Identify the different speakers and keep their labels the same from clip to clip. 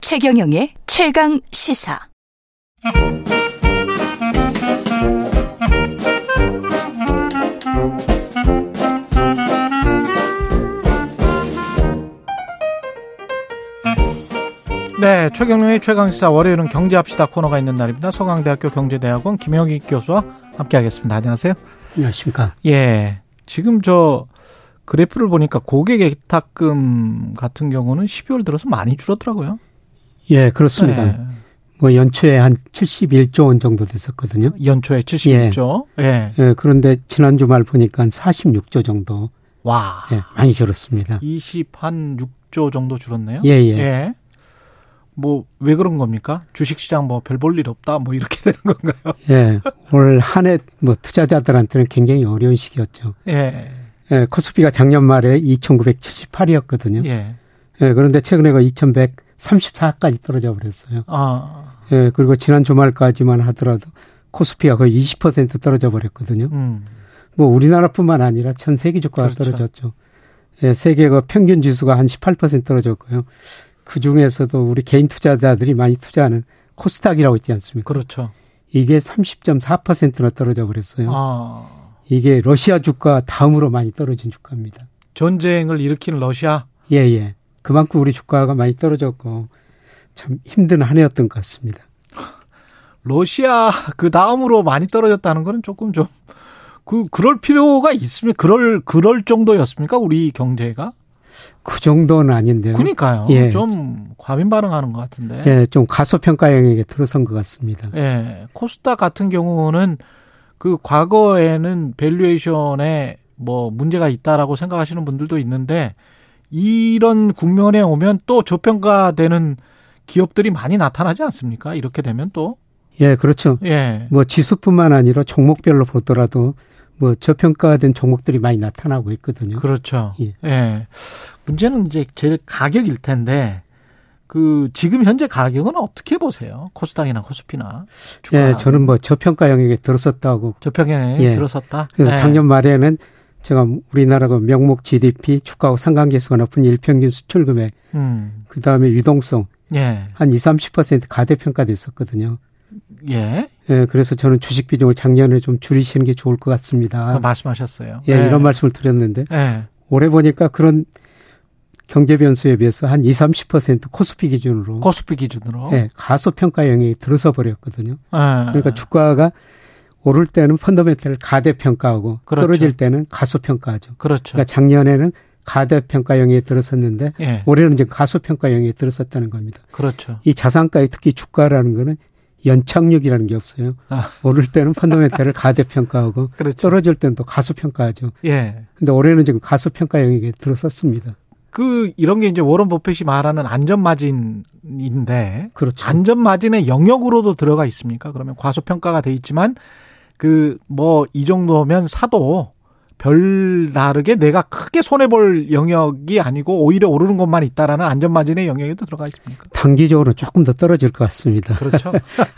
Speaker 1: 최경영의 최강 시사.
Speaker 2: 네, 최경룡의 최강시사 월요일은 경제합시다 코너가 있는 날입니다. 서강대학교 경제대학원 김영희 교수와 함께하겠습니다. 안녕하세요.
Speaker 3: 안녕하십니까.
Speaker 2: 예, 지금 저 그래프를 보니까 고객 예탁금 같은 경우는 12월 들어서 많이 줄었더라고요.
Speaker 3: 예, 그렇습니다.
Speaker 2: 예,
Speaker 3: 뭐 연초에 한 71조 원 정도 됐었거든요.
Speaker 2: 연초에 70이죠. 예.
Speaker 3: 예, 그런데 지난주 말 보니까 한 46조 정도
Speaker 2: 와,
Speaker 3: 예, 많이 줄었습니다.
Speaker 2: 20한 6조 정도 줄었네요.
Speaker 3: 예, 예.
Speaker 2: 뭐 왜 그런 겁니까? 주식시장 뭐 별 볼 일 없다 뭐 이렇게 되는 건가요?
Speaker 3: 예, 올 한 해 뭐 투자자들한테는 굉장히 어려운 시기였죠.
Speaker 2: 예,
Speaker 3: 예, 코스피가 작년 말에 2,978이었거든요. 예.
Speaker 2: 예,
Speaker 3: 그런데 최근에 그 2,134까지 떨어져 버렸어요.
Speaker 2: 아,
Speaker 3: 예, 그리고 지난 주말까지만 하더라도 코스피가 거의 20% 떨어져 버렸거든요.
Speaker 2: 음,
Speaker 3: 뭐 우리나라뿐만 아니라 전 세계 주가가
Speaker 2: 그렇죠.
Speaker 3: 떨어졌죠. 예, 세계가 평균 지수가 한 18% 떨어졌고요. 그 중에서도 우리 개인 투자자들이 많이 투자하는 코스닥이라고 있지 않습니까?
Speaker 2: 그렇죠.
Speaker 3: 이게 30.4%나 떨어져 버렸어요.
Speaker 2: 아,
Speaker 3: 이게 러시아 주가 다음으로 많이 떨어진 주가입니다.
Speaker 2: 전쟁을 일으킨 러시아.
Speaker 3: 예, 예. 그만큼 우리 주가가 많이 떨어졌고 참 힘든 한 해였던 것 같습니다.
Speaker 2: 러시아 그 다음으로 많이 떨어졌다는 거는 조금 좀 그, 그럴 필요가 있으면 그럴, 그럴 정도였습니까? 우리 경제가?
Speaker 3: 그 정도는 아닌데요.
Speaker 2: 그니까요.
Speaker 3: 예.
Speaker 2: 좀 과민 반응하는 것 같은데. 예.
Speaker 3: 예, 좀 가소평가 영역에 들어선 것 같습니다.
Speaker 2: 코스닥 같은 경우는 그 과거에는 밸류에이션에 뭐 문제가 있다라고 생각하시는 분들도 있는데 이런 국면에 오면 또 저평가되는 기업들이 많이 나타나지 않습니까? 이렇게 되면 또.
Speaker 3: 예, 그렇죠.
Speaker 2: 예.
Speaker 3: 뭐 지수뿐만 아니라 종목별로 보더라도 뭐 저평가된 종목들이 많이 나타나고 있거든요.
Speaker 2: 그렇죠. 예.
Speaker 3: 예.
Speaker 2: 문제는 이제 제일 가격일 텐데 그 지금 현재 가격은 어떻게 보세요? 코스닥이나 코스피나 주가
Speaker 3: 예, 저는 뭐 저평가 영역에 들어섰다고.
Speaker 2: 저평에
Speaker 3: 예.
Speaker 2: 들어섰다.
Speaker 3: 그래서
Speaker 2: 예.
Speaker 3: 작년 말에는 제가 우리나라가 명목 GDP, 주가하고 상관계수가 높은 일평균 수출 금액,
Speaker 2: 음.
Speaker 3: 그 다음에 유동성
Speaker 2: 예.
Speaker 3: 한 20, 30% 가대평가됐었거든요.
Speaker 2: 예.
Speaker 3: 예, 그래서 저는 주식 비중을 작년에 좀 줄이시는 게 좋을 것
Speaker 2: 그거
Speaker 3: 같습니다.
Speaker 2: 말씀하셨어요.
Speaker 3: 아. 예, 이런 말씀을 드렸는데
Speaker 2: 예.
Speaker 3: 올해 보니까 그런 경제 변수에 비해서 한 20, 30% 코스피 기준으로
Speaker 2: 코스피 기준으로.
Speaker 3: 예, 가소평가 영역에 들어서 버렸거든요.
Speaker 2: 예.
Speaker 3: 그러니까 주가가 오를 때는 펀더멘털을 가대평가하고
Speaker 2: 그렇죠.
Speaker 3: 떨어질 때는 가소평가하죠.
Speaker 2: 그렇죠.
Speaker 3: 그러니까 작년에는 가대평가 영역에 들어섰는데
Speaker 2: 예.
Speaker 3: 올해는 이제 가소평가 영역에 들어섰다는 겁니다.
Speaker 2: 그렇죠.
Speaker 3: 이 자산가의 특히 주가라는 거는 연착륙이라는 게 없어요.
Speaker 2: 아.
Speaker 3: 오를 때는 펀더멘털을 가대평가하고
Speaker 2: 그렇죠.
Speaker 3: 떨어질 때는 또 가소평가하죠.
Speaker 2: 예.
Speaker 3: 근데 올해는 지금 가소평가 영역에 들어섰습니다.
Speaker 2: 그 이런 게 이제 워런 버핏이 말하는 안전 마진인데
Speaker 3: 그렇죠.
Speaker 2: 안전 마진의 영역으로도 들어가 있습니까? 그러면 과소평가가 돼 있지만 그 뭐 이 정도면 사도 별 다르게 내가 크게 손해 볼 영역이 아니고 오히려 오르는 것만 있다라는 안전 마진의 영역에도 들어가 있습니까?
Speaker 3: 단기적으로 조금 더 떨어질 것 같습니다.
Speaker 2: 그렇죠.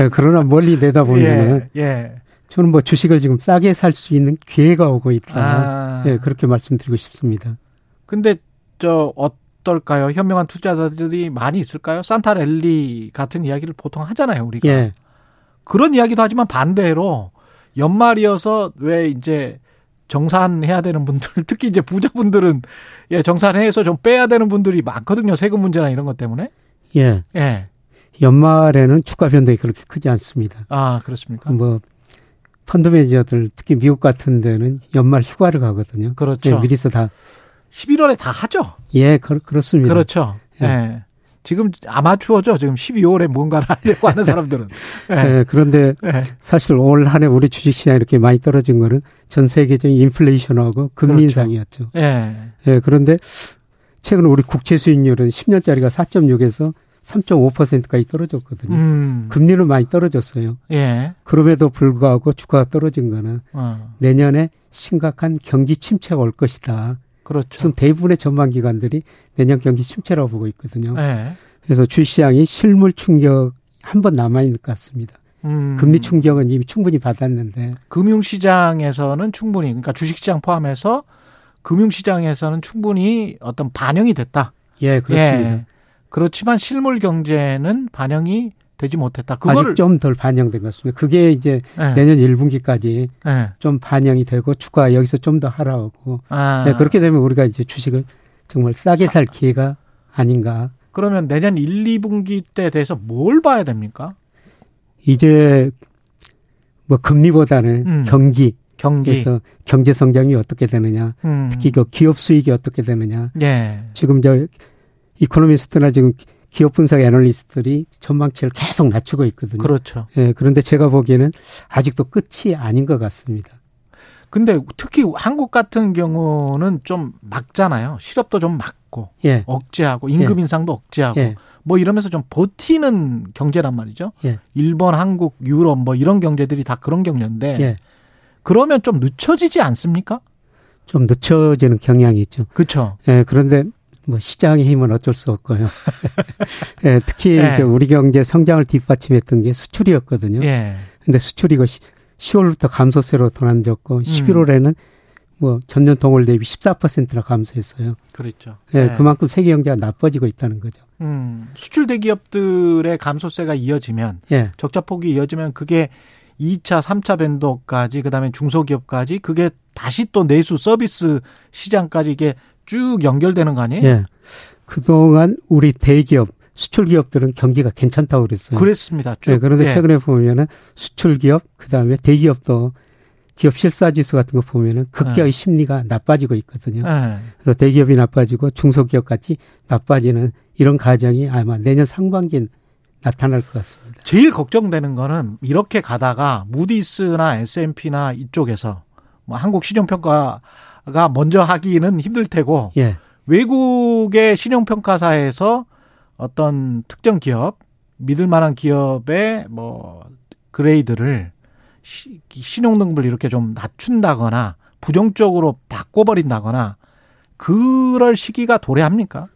Speaker 3: 예, 그러나 멀리 내다보면은
Speaker 2: 예. 예.
Speaker 3: 저는 뭐 주식을 지금 싸게 살 수 있는 기회가 오고 있다.
Speaker 2: 아.
Speaker 3: 예, 그렇게 말씀드리고 싶습니다.
Speaker 2: 근데 저 어떨까요? 현명한 투자자들이 많이 있을까요? 산타랠리 같은 이야기를 보통 하잖아요, 우리가.
Speaker 3: 예,
Speaker 2: 그런 이야기도 하지만 반대로 연말이어서 왜 이제 정산해야 되는 분들 특히 이제 부자분들은 예 정산해서 좀 빼야 되는 분들이 많거든요 세금 문제나 이런 것 때문에
Speaker 3: 예.
Speaker 2: 예아
Speaker 3: 연말에는 주가 변동이 그렇게 크지 않습니다.
Speaker 2: 아, 그렇습니까
Speaker 3: 뭐 펀드 매니저들 특히 미국 같은 데는 연말 휴가를 가거든요.
Speaker 2: 그렇죠
Speaker 3: 예, 미리서 다.
Speaker 2: 11월에 다 하죠
Speaker 3: 예, 그, 렇습니다
Speaker 2: 그렇죠 예.
Speaker 3: 예.
Speaker 2: 지금 아마추어죠 지금 12월에 뭔가를 하려고 하는 사람들은 예.
Speaker 3: 예, 그런데
Speaker 2: 예.
Speaker 3: 사실 올 한 해 우리 주식시장이 이렇게 많이 떨어진 거는 전 세계적인 인플레이션하고 금리
Speaker 2: 그렇죠.
Speaker 3: 인상이었죠.
Speaker 2: 예.
Speaker 3: 예, 그런데 최근 우리 국채 수익률은 10년짜리가 4.6에서 3.5%까지 떨어졌거든요.
Speaker 2: 음.
Speaker 3: 금리는 많이 떨어졌어요.
Speaker 2: 예.
Speaker 3: 그럼에도 불구하고 주가가 떨어진 거는
Speaker 2: 어.
Speaker 3: 내년에 심각한 경기 침체가 올 것이다.
Speaker 2: 그렇죠.
Speaker 3: 지금 대부분의 전망 기관들이 내년 경기 침체라고 보고 있거든요.
Speaker 2: 예.
Speaker 3: 그래서 주시장이 실물 충격 한 번 남아 있는 것 같습니다.
Speaker 2: 음.
Speaker 3: 금리 충격은 이미 충분히 받았는데
Speaker 2: 금융시장에서는 충분히 그러니까 주식시장 포함해서 금융시장에서는 충분히 어떤 반영이 됐다.
Speaker 3: 예 그렇습니다.
Speaker 2: 예. 그렇지만 실물 경제는 반영이 되지 못했다.
Speaker 3: 아직
Speaker 2: 그거를
Speaker 3: 좀 덜 반영된 것 같습니다. 그게 이제
Speaker 2: 예,
Speaker 3: 내년 1분기까지
Speaker 2: 예.
Speaker 3: 좀 반영이 되고 추가 여기서 좀 더 하라고.
Speaker 2: 아,
Speaker 3: 네, 그렇게 되면 우리가 이제 주식을 정말 싸게 살 기회가 아닌가.
Speaker 2: 그러면 내년 1, 2분기 때에 대해서 뭘 봐야 됩니까?
Speaker 3: 이제 뭐 금리보다는
Speaker 2: 음.
Speaker 3: 경기.
Speaker 2: 경기.
Speaker 3: 그래서 경제 성장이 어떻게 되느냐,
Speaker 2: 음.
Speaker 3: 특히 그 기업 수익이 어떻게 되느냐.
Speaker 2: 예.
Speaker 3: 지금 저 이코노미스트나 지금 기업 분석 애널리스트들이 전망치를 계속 낮추고 있거든요.
Speaker 2: 그렇죠.
Speaker 3: 예, 그런데 제가 보기에는 아직도 끝이 아닌 것 같습니다.
Speaker 2: 근데 특히 한국 같은 경우는 좀 막잖아요. 실업도 좀 막고
Speaker 3: 예,
Speaker 2: 억제하고 임금 인상도 억제하고
Speaker 3: 예,
Speaker 2: 뭐 이러면서 좀 버티는 경제란 말이죠.
Speaker 3: 예.
Speaker 2: 일본, 한국, 유럽 뭐 이런 경제들이 다 그런 경제인데
Speaker 3: 예.
Speaker 2: 그러면 좀 늦춰지지 않습니까?
Speaker 3: 좀 늦춰지는 경향이 있죠.
Speaker 2: 그렇죠.
Speaker 3: 예, 그런데 뭐 시장의 힘은 어쩔 수 없고요. 예, 특히
Speaker 2: 예.
Speaker 3: 이제 우리 경제 성장을 뒷받침했던 게 수출이었거든요.
Speaker 2: 예.
Speaker 3: 근데 수출이 이 10월부터 감소세로 돌아앉았고 11월에는 뭐 전년 동월 대비 14%나 감소했어요.
Speaker 2: 그랬죠.
Speaker 3: 예,
Speaker 2: 예.
Speaker 3: 그만큼 세계 경제가 나빠지고 있다는 거죠.
Speaker 2: 음, 수출 대기업들의 감소세가 이어지면
Speaker 3: 예.
Speaker 2: 적자 폭이 이어지면 그게 2차, 3차 밴더까지 그다음에 중소기업까지 그게 다시 또 내수 서비스 시장까지 이게 쭉 연결되는 거 아니에요?
Speaker 3: 예. 그동안 우리 대기업, 수출 기업들은 경기가 괜찮다고 그랬어요.
Speaker 2: 그랬습니다. 쭉.
Speaker 3: 예, 그런데
Speaker 2: 예.
Speaker 3: 최근에 보면은 수출 기업, 그다음에 대기업도 기업 실사 지수 같은 거 보면은 극기의 심리가 나빠지고 있거든요.
Speaker 2: 예.
Speaker 3: 그래서 대기업이 나빠지고 중소기업 같이 나빠지는 이런 과정이 아마 내년 상반기에 나타날 것 같습니다.
Speaker 2: 제일 걱정되는 거는 이렇게 가다가 무디스나 S&P나 이쪽에서 뭐 한국 신용평가가 먼저 하기는 힘들 테고
Speaker 3: 예.
Speaker 2: 외국의 신용평가사에서 어떤 특정 기업, 믿을 만한 기업의 뭐 그레이드를 시- 신용등급을 이렇게 좀 낮춘다거나 부정적으로 바꿔버린다거나 그럴 시기가 도래합니까?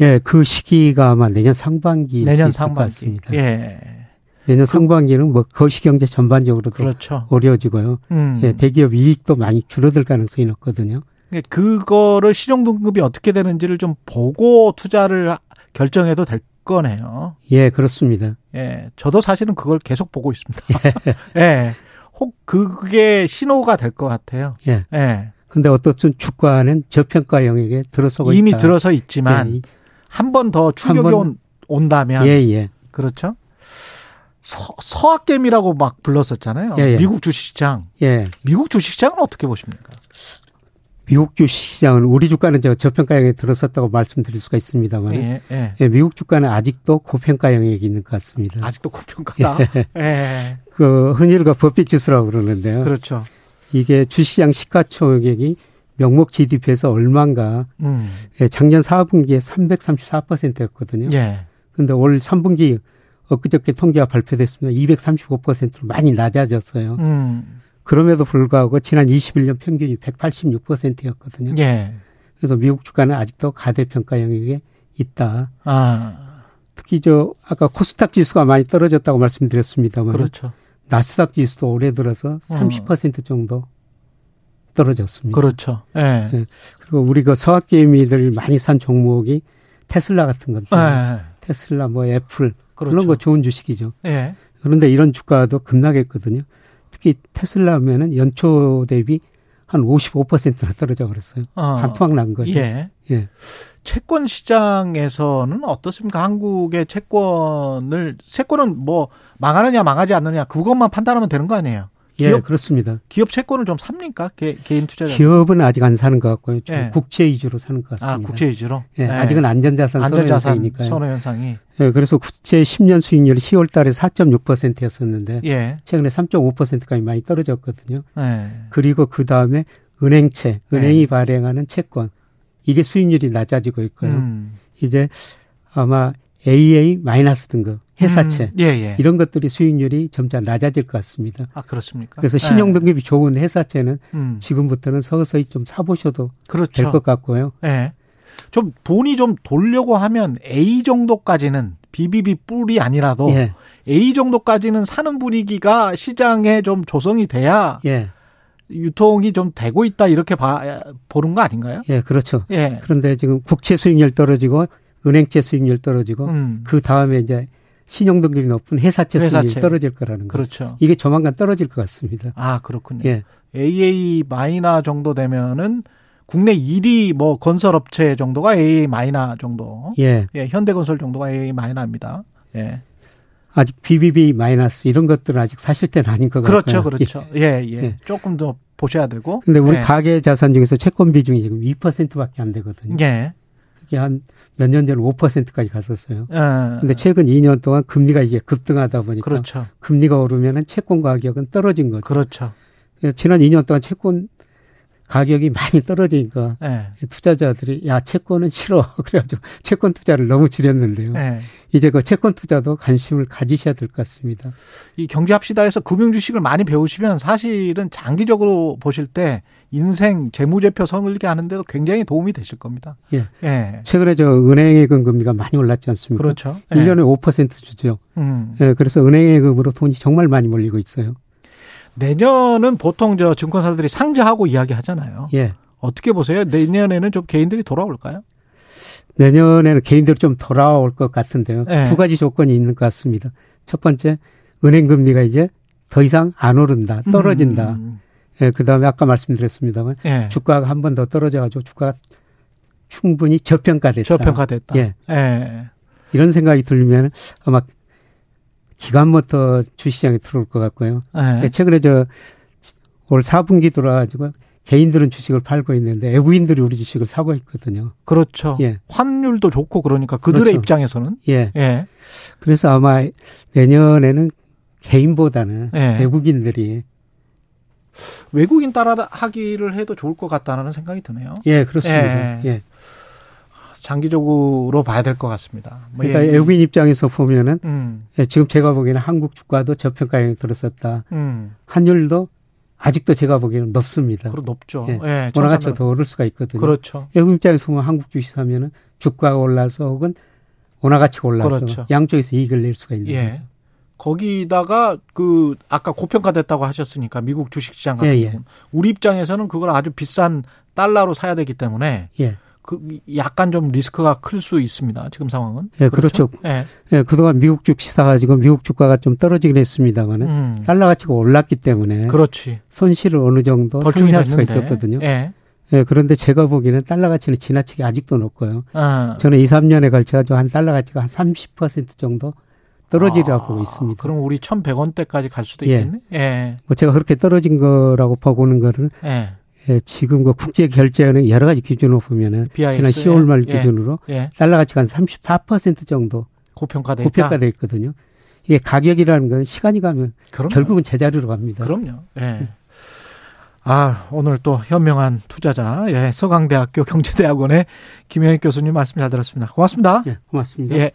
Speaker 3: 예, 그 시기가 아마 내년 상반기일
Speaker 2: 내년
Speaker 3: 수 있을 것
Speaker 2: 상반기.
Speaker 3: 같습니다. 네.
Speaker 2: 예.
Speaker 3: 내년 상반기는 뭐 거시경제 전반적으로도
Speaker 2: 그렇죠.
Speaker 3: 어려워지고요.
Speaker 2: 음.
Speaker 3: 예, 대기업 이익도 많이 줄어들 가능성이 높거든요.
Speaker 2: 예, 그거를 실용등급이 어떻게 되는지를 좀 보고 투자를 하- 결정해도 될 거네요.
Speaker 3: 예, 그렇습니다.
Speaker 2: 예, 저도 사실은 그걸 계속 보고 있습니다. 예, 혹 그게 신호가 될 것 같아요.
Speaker 3: 예.
Speaker 2: 예,
Speaker 3: 근데 어떻든 주가는 저평가 영역에 들어서고
Speaker 2: 이미
Speaker 3: 있다.
Speaker 2: 들어서 있지만 한 번 더 충격이
Speaker 3: 예, 번-
Speaker 2: 온- 온다면
Speaker 3: 예, 예.
Speaker 2: 그렇죠. 서, 서학겜이라고 막 불렀었잖아요.
Speaker 3: 예, 예.
Speaker 2: 미국 주식시장,
Speaker 3: 예. 예.
Speaker 2: 미국 주식시장은 어떻게 보십니까?
Speaker 3: 미국 주시장은 우리 주가는 저 저평가 영역에 들어섰다고 말씀드릴 수가 있습니다만
Speaker 2: 예, 예.
Speaker 3: 예, 미국 주가는 아직도 고평가 영역에 있는 것 같습니다.
Speaker 2: 아직도 고평가다. 예,
Speaker 3: 그 흔히가 버핏 지수라고 그러는데요.
Speaker 2: 그렇죠.
Speaker 3: 이게 주시장 시가총액이 명목 GDP에서 얼마인가
Speaker 2: 음,
Speaker 3: 예, 작년 4분기에 334%였거든요.
Speaker 2: 예.
Speaker 3: 그런데 올 3분기 엊그저께 통계가 발표됐습니다. 235%로 많이 낮아졌어요.
Speaker 2: 음,
Speaker 3: 그럼에도 불구하고 지난 21년 평균이 186%였거든요.
Speaker 2: 예.
Speaker 3: 그래서 미국 주가는 아직도 가대평가 영역에 있다.
Speaker 2: 아,
Speaker 3: 특히 저 아까 코스닥 지수가 많이 떨어졌다고 말씀드렸습니다만
Speaker 2: 그렇죠.
Speaker 3: 나스닥 지수도 올해 들어서 30% 정도 떨어졌습니다.
Speaker 2: 그렇죠. 예.
Speaker 3: 예. 그리고 우리 그 서학개미들 많이 산 종목이 테슬라 같은 건데
Speaker 2: 예.
Speaker 3: 테슬라 뭐 애플
Speaker 2: 그렇죠.
Speaker 3: 그런 거 좋은 주식이죠.
Speaker 2: 예.
Speaker 3: 그런데 이런 주가도 급락했거든요. 특히 테슬라면은 연초 대비 한 55%나 떨어져 버렸어요.
Speaker 2: 어.
Speaker 3: 반토막 난 거죠.
Speaker 2: 예.
Speaker 3: 예.
Speaker 2: 채권 시장에서는 어떻습니까? 한국의 채권을 채권은 뭐 망하느냐 망하지 않느냐 그것만 판단하면 되는 거 아니에요?
Speaker 3: 예,
Speaker 2: 기업
Speaker 3: 그렇습니다.
Speaker 2: 기업 채권을 좀 삽니까? 개, 인 투자자.
Speaker 3: 기업은 아직 안 사는 것 같고요. 주로
Speaker 2: 예.
Speaker 3: 국채 위주로 사는 것
Speaker 2: 아,
Speaker 3: 같습니다.
Speaker 2: 국제 위주로.
Speaker 3: 예,
Speaker 2: 네.
Speaker 3: 아직은 안전자산
Speaker 2: 안전자산
Speaker 3: 선호형이니까요.
Speaker 2: 선호 현상이.
Speaker 3: 예, 그래서 국채 10년 수익률이 10월 달에 4.6%였었는데
Speaker 2: 예.
Speaker 3: 최근에 3.5%까지 많이 떨어졌거든요.
Speaker 2: 예.
Speaker 3: 그리고 그 다음에 은행채,
Speaker 2: 네.
Speaker 3: 은행이 발행하는 채권 이게 수익률이 낮아지고 있고요.
Speaker 2: 음.
Speaker 3: 이제 아마 AA 마이너스 등급 회사채
Speaker 2: 음, 예, 예.
Speaker 3: 이런 것들이 수익률이 점차 낮아질 것 같습니다.
Speaker 2: 아, 그렇습니까?
Speaker 3: 그래서
Speaker 2: 예.
Speaker 3: 신용 등급이 좋은 회사채는
Speaker 2: 음.
Speaker 3: 지금부터는 서서히 좀 사보셔도 될
Speaker 2: 그렇죠.
Speaker 3: 것 같고요.
Speaker 2: 예. 좀 돈이 좀 돌려고 하면 A 정도까지는 BBB 뿔이 아니라도
Speaker 3: 예,
Speaker 2: A 정도까지는 사는 분위기가 시장에 좀 조성이 돼야
Speaker 3: 예,
Speaker 2: 유통이 좀 되고 있다 이렇게 봐 보는 거 아닌가요?
Speaker 3: 예, 그렇죠.
Speaker 2: 예.
Speaker 3: 그런데 지금 국채 수익률 떨어지고 은행채 수익률 떨어지고
Speaker 2: 음.
Speaker 3: 그 다음에 이제 신용 등급이 높은 회사채 수익률이
Speaker 2: 회사채.
Speaker 3: 떨어질 거라는 거죠.
Speaker 2: 그렇죠.
Speaker 3: 이게 조만간 떨어질 것 같습니다.
Speaker 2: 아, 그렇군요.
Speaker 3: 예.
Speaker 2: AA 마이너 정도 되면은 국내 1위 뭐 건설업체 정도가 AA 마이너 정도.
Speaker 3: 예.
Speaker 2: 예, 현대건설 정도가 AA 마이너입니다. 예.
Speaker 3: 아직 BBB 마이너스 이런 것들은 아직 사실 때는 아닌 것
Speaker 2: 그렇죠,
Speaker 3: 같아요.
Speaker 2: 그렇죠. 예, 예.
Speaker 3: 예.
Speaker 2: 조금 더 보셔야 되고.
Speaker 3: 근데 우리
Speaker 2: 예.
Speaker 3: 가계 자산 중에서 채권 비중이 지금 2%밖에 안 되거든요.
Speaker 2: 예.
Speaker 3: 그게 한 몇 년 전에 5%까지 갔었어요.
Speaker 2: 예.
Speaker 3: 근데 최근 2년 동안 금리가 이게 급등하다 보니까
Speaker 2: 그렇죠.
Speaker 3: 금리가 오르면은 채권 가격은 떨어진 거죠.
Speaker 2: 그렇죠.
Speaker 3: 그래서 지난 2년 동안 채권 가격이 많이 떨어지니까
Speaker 2: 예.
Speaker 3: 투자자들이 야 채권은 싫어 그래가지고 채권 투자를 너무 줄였는데요.
Speaker 2: 예.
Speaker 3: 이제 그 채권 투자도 관심을 가지셔야 될 것 같습니다.
Speaker 2: 이 경제합시다에서 금융 주식을 많이 배우시면 사실은 장기적으로 보실 때 인생 재무제표 성을게 하는데도 굉장히 도움이 되실 겁니다.
Speaker 3: 예.
Speaker 2: 예.
Speaker 3: 최근에 저 은행의 금 금리가 많이 올랐지 않습니까?
Speaker 2: 그렇죠. 예.
Speaker 3: 1년에 5% 주죠.
Speaker 2: 음.
Speaker 3: 예, 그래서 은행의 금으로 돈이 정말 많이 몰리고 있어요.
Speaker 2: 내년은 보통 저 증권사들이 상자하고 이야기하잖아요.
Speaker 3: 예.
Speaker 2: 어떻게 보세요? 내년에는 좀 개인들이 돌아올까요?
Speaker 3: 내년에는 개인들 좀 돌아올 것 같은데요.
Speaker 2: 예.
Speaker 3: 두 가지 조건이 있는 것 같습니다. 첫 번째, 은행 금리가 이제 더 이상 안 오른다, 떨어진다.
Speaker 2: 음.
Speaker 3: 예, 그 다음에 아까 말씀드렸습니다만
Speaker 2: 예.
Speaker 3: 주가가 한 번 더 떨어져가지고 주가가 충분히 저평가됐다.
Speaker 2: 저평가됐다.
Speaker 3: 예.
Speaker 2: 예.
Speaker 3: 이런 생각이 들면 아마 기관부터 주시장에 들어올 것 같고요.
Speaker 2: 예.
Speaker 3: 네. 최근에 저 올 4분기 돌아가지고 개인들은 주식을 팔고 있는데 외부인들이 우리 주식을 사고 있거든요.
Speaker 2: 그렇죠.
Speaker 3: 예.
Speaker 2: 환율도 좋고 그러니까 그들의
Speaker 3: 그렇죠.
Speaker 2: 입장에서는
Speaker 3: 예.
Speaker 2: 예.
Speaker 3: 그래서 아마 내년에는 개인보다는
Speaker 2: 예.
Speaker 3: 외국인들이
Speaker 2: 외국인 따라하기를 해도 좋을 것 같다는 생각이 드네요.
Speaker 3: 예,
Speaker 2: 예.
Speaker 3: 그렇습니다. 예.
Speaker 2: 장기적으로 봐야 될 것 같습니다. 뭐
Speaker 3: 그러니까
Speaker 2: 예.
Speaker 3: 외국인 입장에서 보면은
Speaker 2: 음.
Speaker 3: 예, 지금 제가 보기에는 한국 주가도 저평가에 들었었다.
Speaker 2: 음.
Speaker 3: 환율도 아직도 제가 보기에는 높습니다.
Speaker 2: 그럼 높죠.
Speaker 3: 예.
Speaker 2: 예.
Speaker 3: 원화가치가
Speaker 2: 천삼백-
Speaker 3: 더 오를 수가 있거든요.
Speaker 2: 그렇죠.
Speaker 3: 외국 입장에서 보면 한국 주식 사면은 주가가 올라서 혹은 원화가치가 올라서
Speaker 2: 그렇죠.
Speaker 3: 양쪽에서 이익을 낼 수가 있는
Speaker 2: 예. 거기다가 그 아까 고평가됐다고 하셨으니까 미국 주식시장 같은
Speaker 3: 예, 예.
Speaker 2: 경우 우리 입장에서는 그걸 아주 비싼 달러로 사야 되기 때문에
Speaker 3: 예.
Speaker 2: 그 약간 좀 리스크가 클 수 있습니다. 지금 상황은.
Speaker 3: 예, 그렇죠.
Speaker 2: 예.
Speaker 3: 예, 그동안 미국 주식 사가지고 미국 주가가 좀 떨어지긴 했습니다만은
Speaker 2: 음.
Speaker 3: 네. 달러 가치가 올랐기 때문에
Speaker 2: 그렇지.
Speaker 3: 손실을 어느 정도
Speaker 2: 벌충이
Speaker 3: 상쇄할 수가
Speaker 2: 됐는데.
Speaker 3: 있었거든요.
Speaker 2: 예.
Speaker 3: 예, 그런데 제가 보기에는 달러 가치는 지나치게 아직도 높고요.
Speaker 2: 아.
Speaker 3: 저는 2, 3년에 걸쳐가지고 한 달러 가치가 한 30% 정도 떨어지라고 보고 있습니다.
Speaker 2: 아, 그럼 우리 1,100원대까지 갈 수도
Speaker 3: 예.
Speaker 2: 있겠네. 예.
Speaker 3: 뭐 제가 그렇게 떨어진 거라고 보고는 거는
Speaker 2: 예.
Speaker 3: 예, 지금 그 국제결제은행 여러 가지 기준으로 보면은
Speaker 2: BIS,
Speaker 3: 지난 10월 말
Speaker 2: 예.
Speaker 3: 기준으로
Speaker 2: 예.
Speaker 3: 달러 가치가 한 34% 정도
Speaker 2: 고평가돼 있다.
Speaker 3: 고평가돼 있거든요. 이게 가격이라는 건 시간이 가면
Speaker 2: 그럼요.
Speaker 3: 결국은 제자리로 갑니다.
Speaker 2: 그럼요. 예. 아, 오늘 또 현명한 투자자, 예, 서강대학교 경제대학원의 김영익 교수님 말씀 잘 들었습니다. 고맙습니다.
Speaker 3: 예, 고맙습니다.
Speaker 2: 예.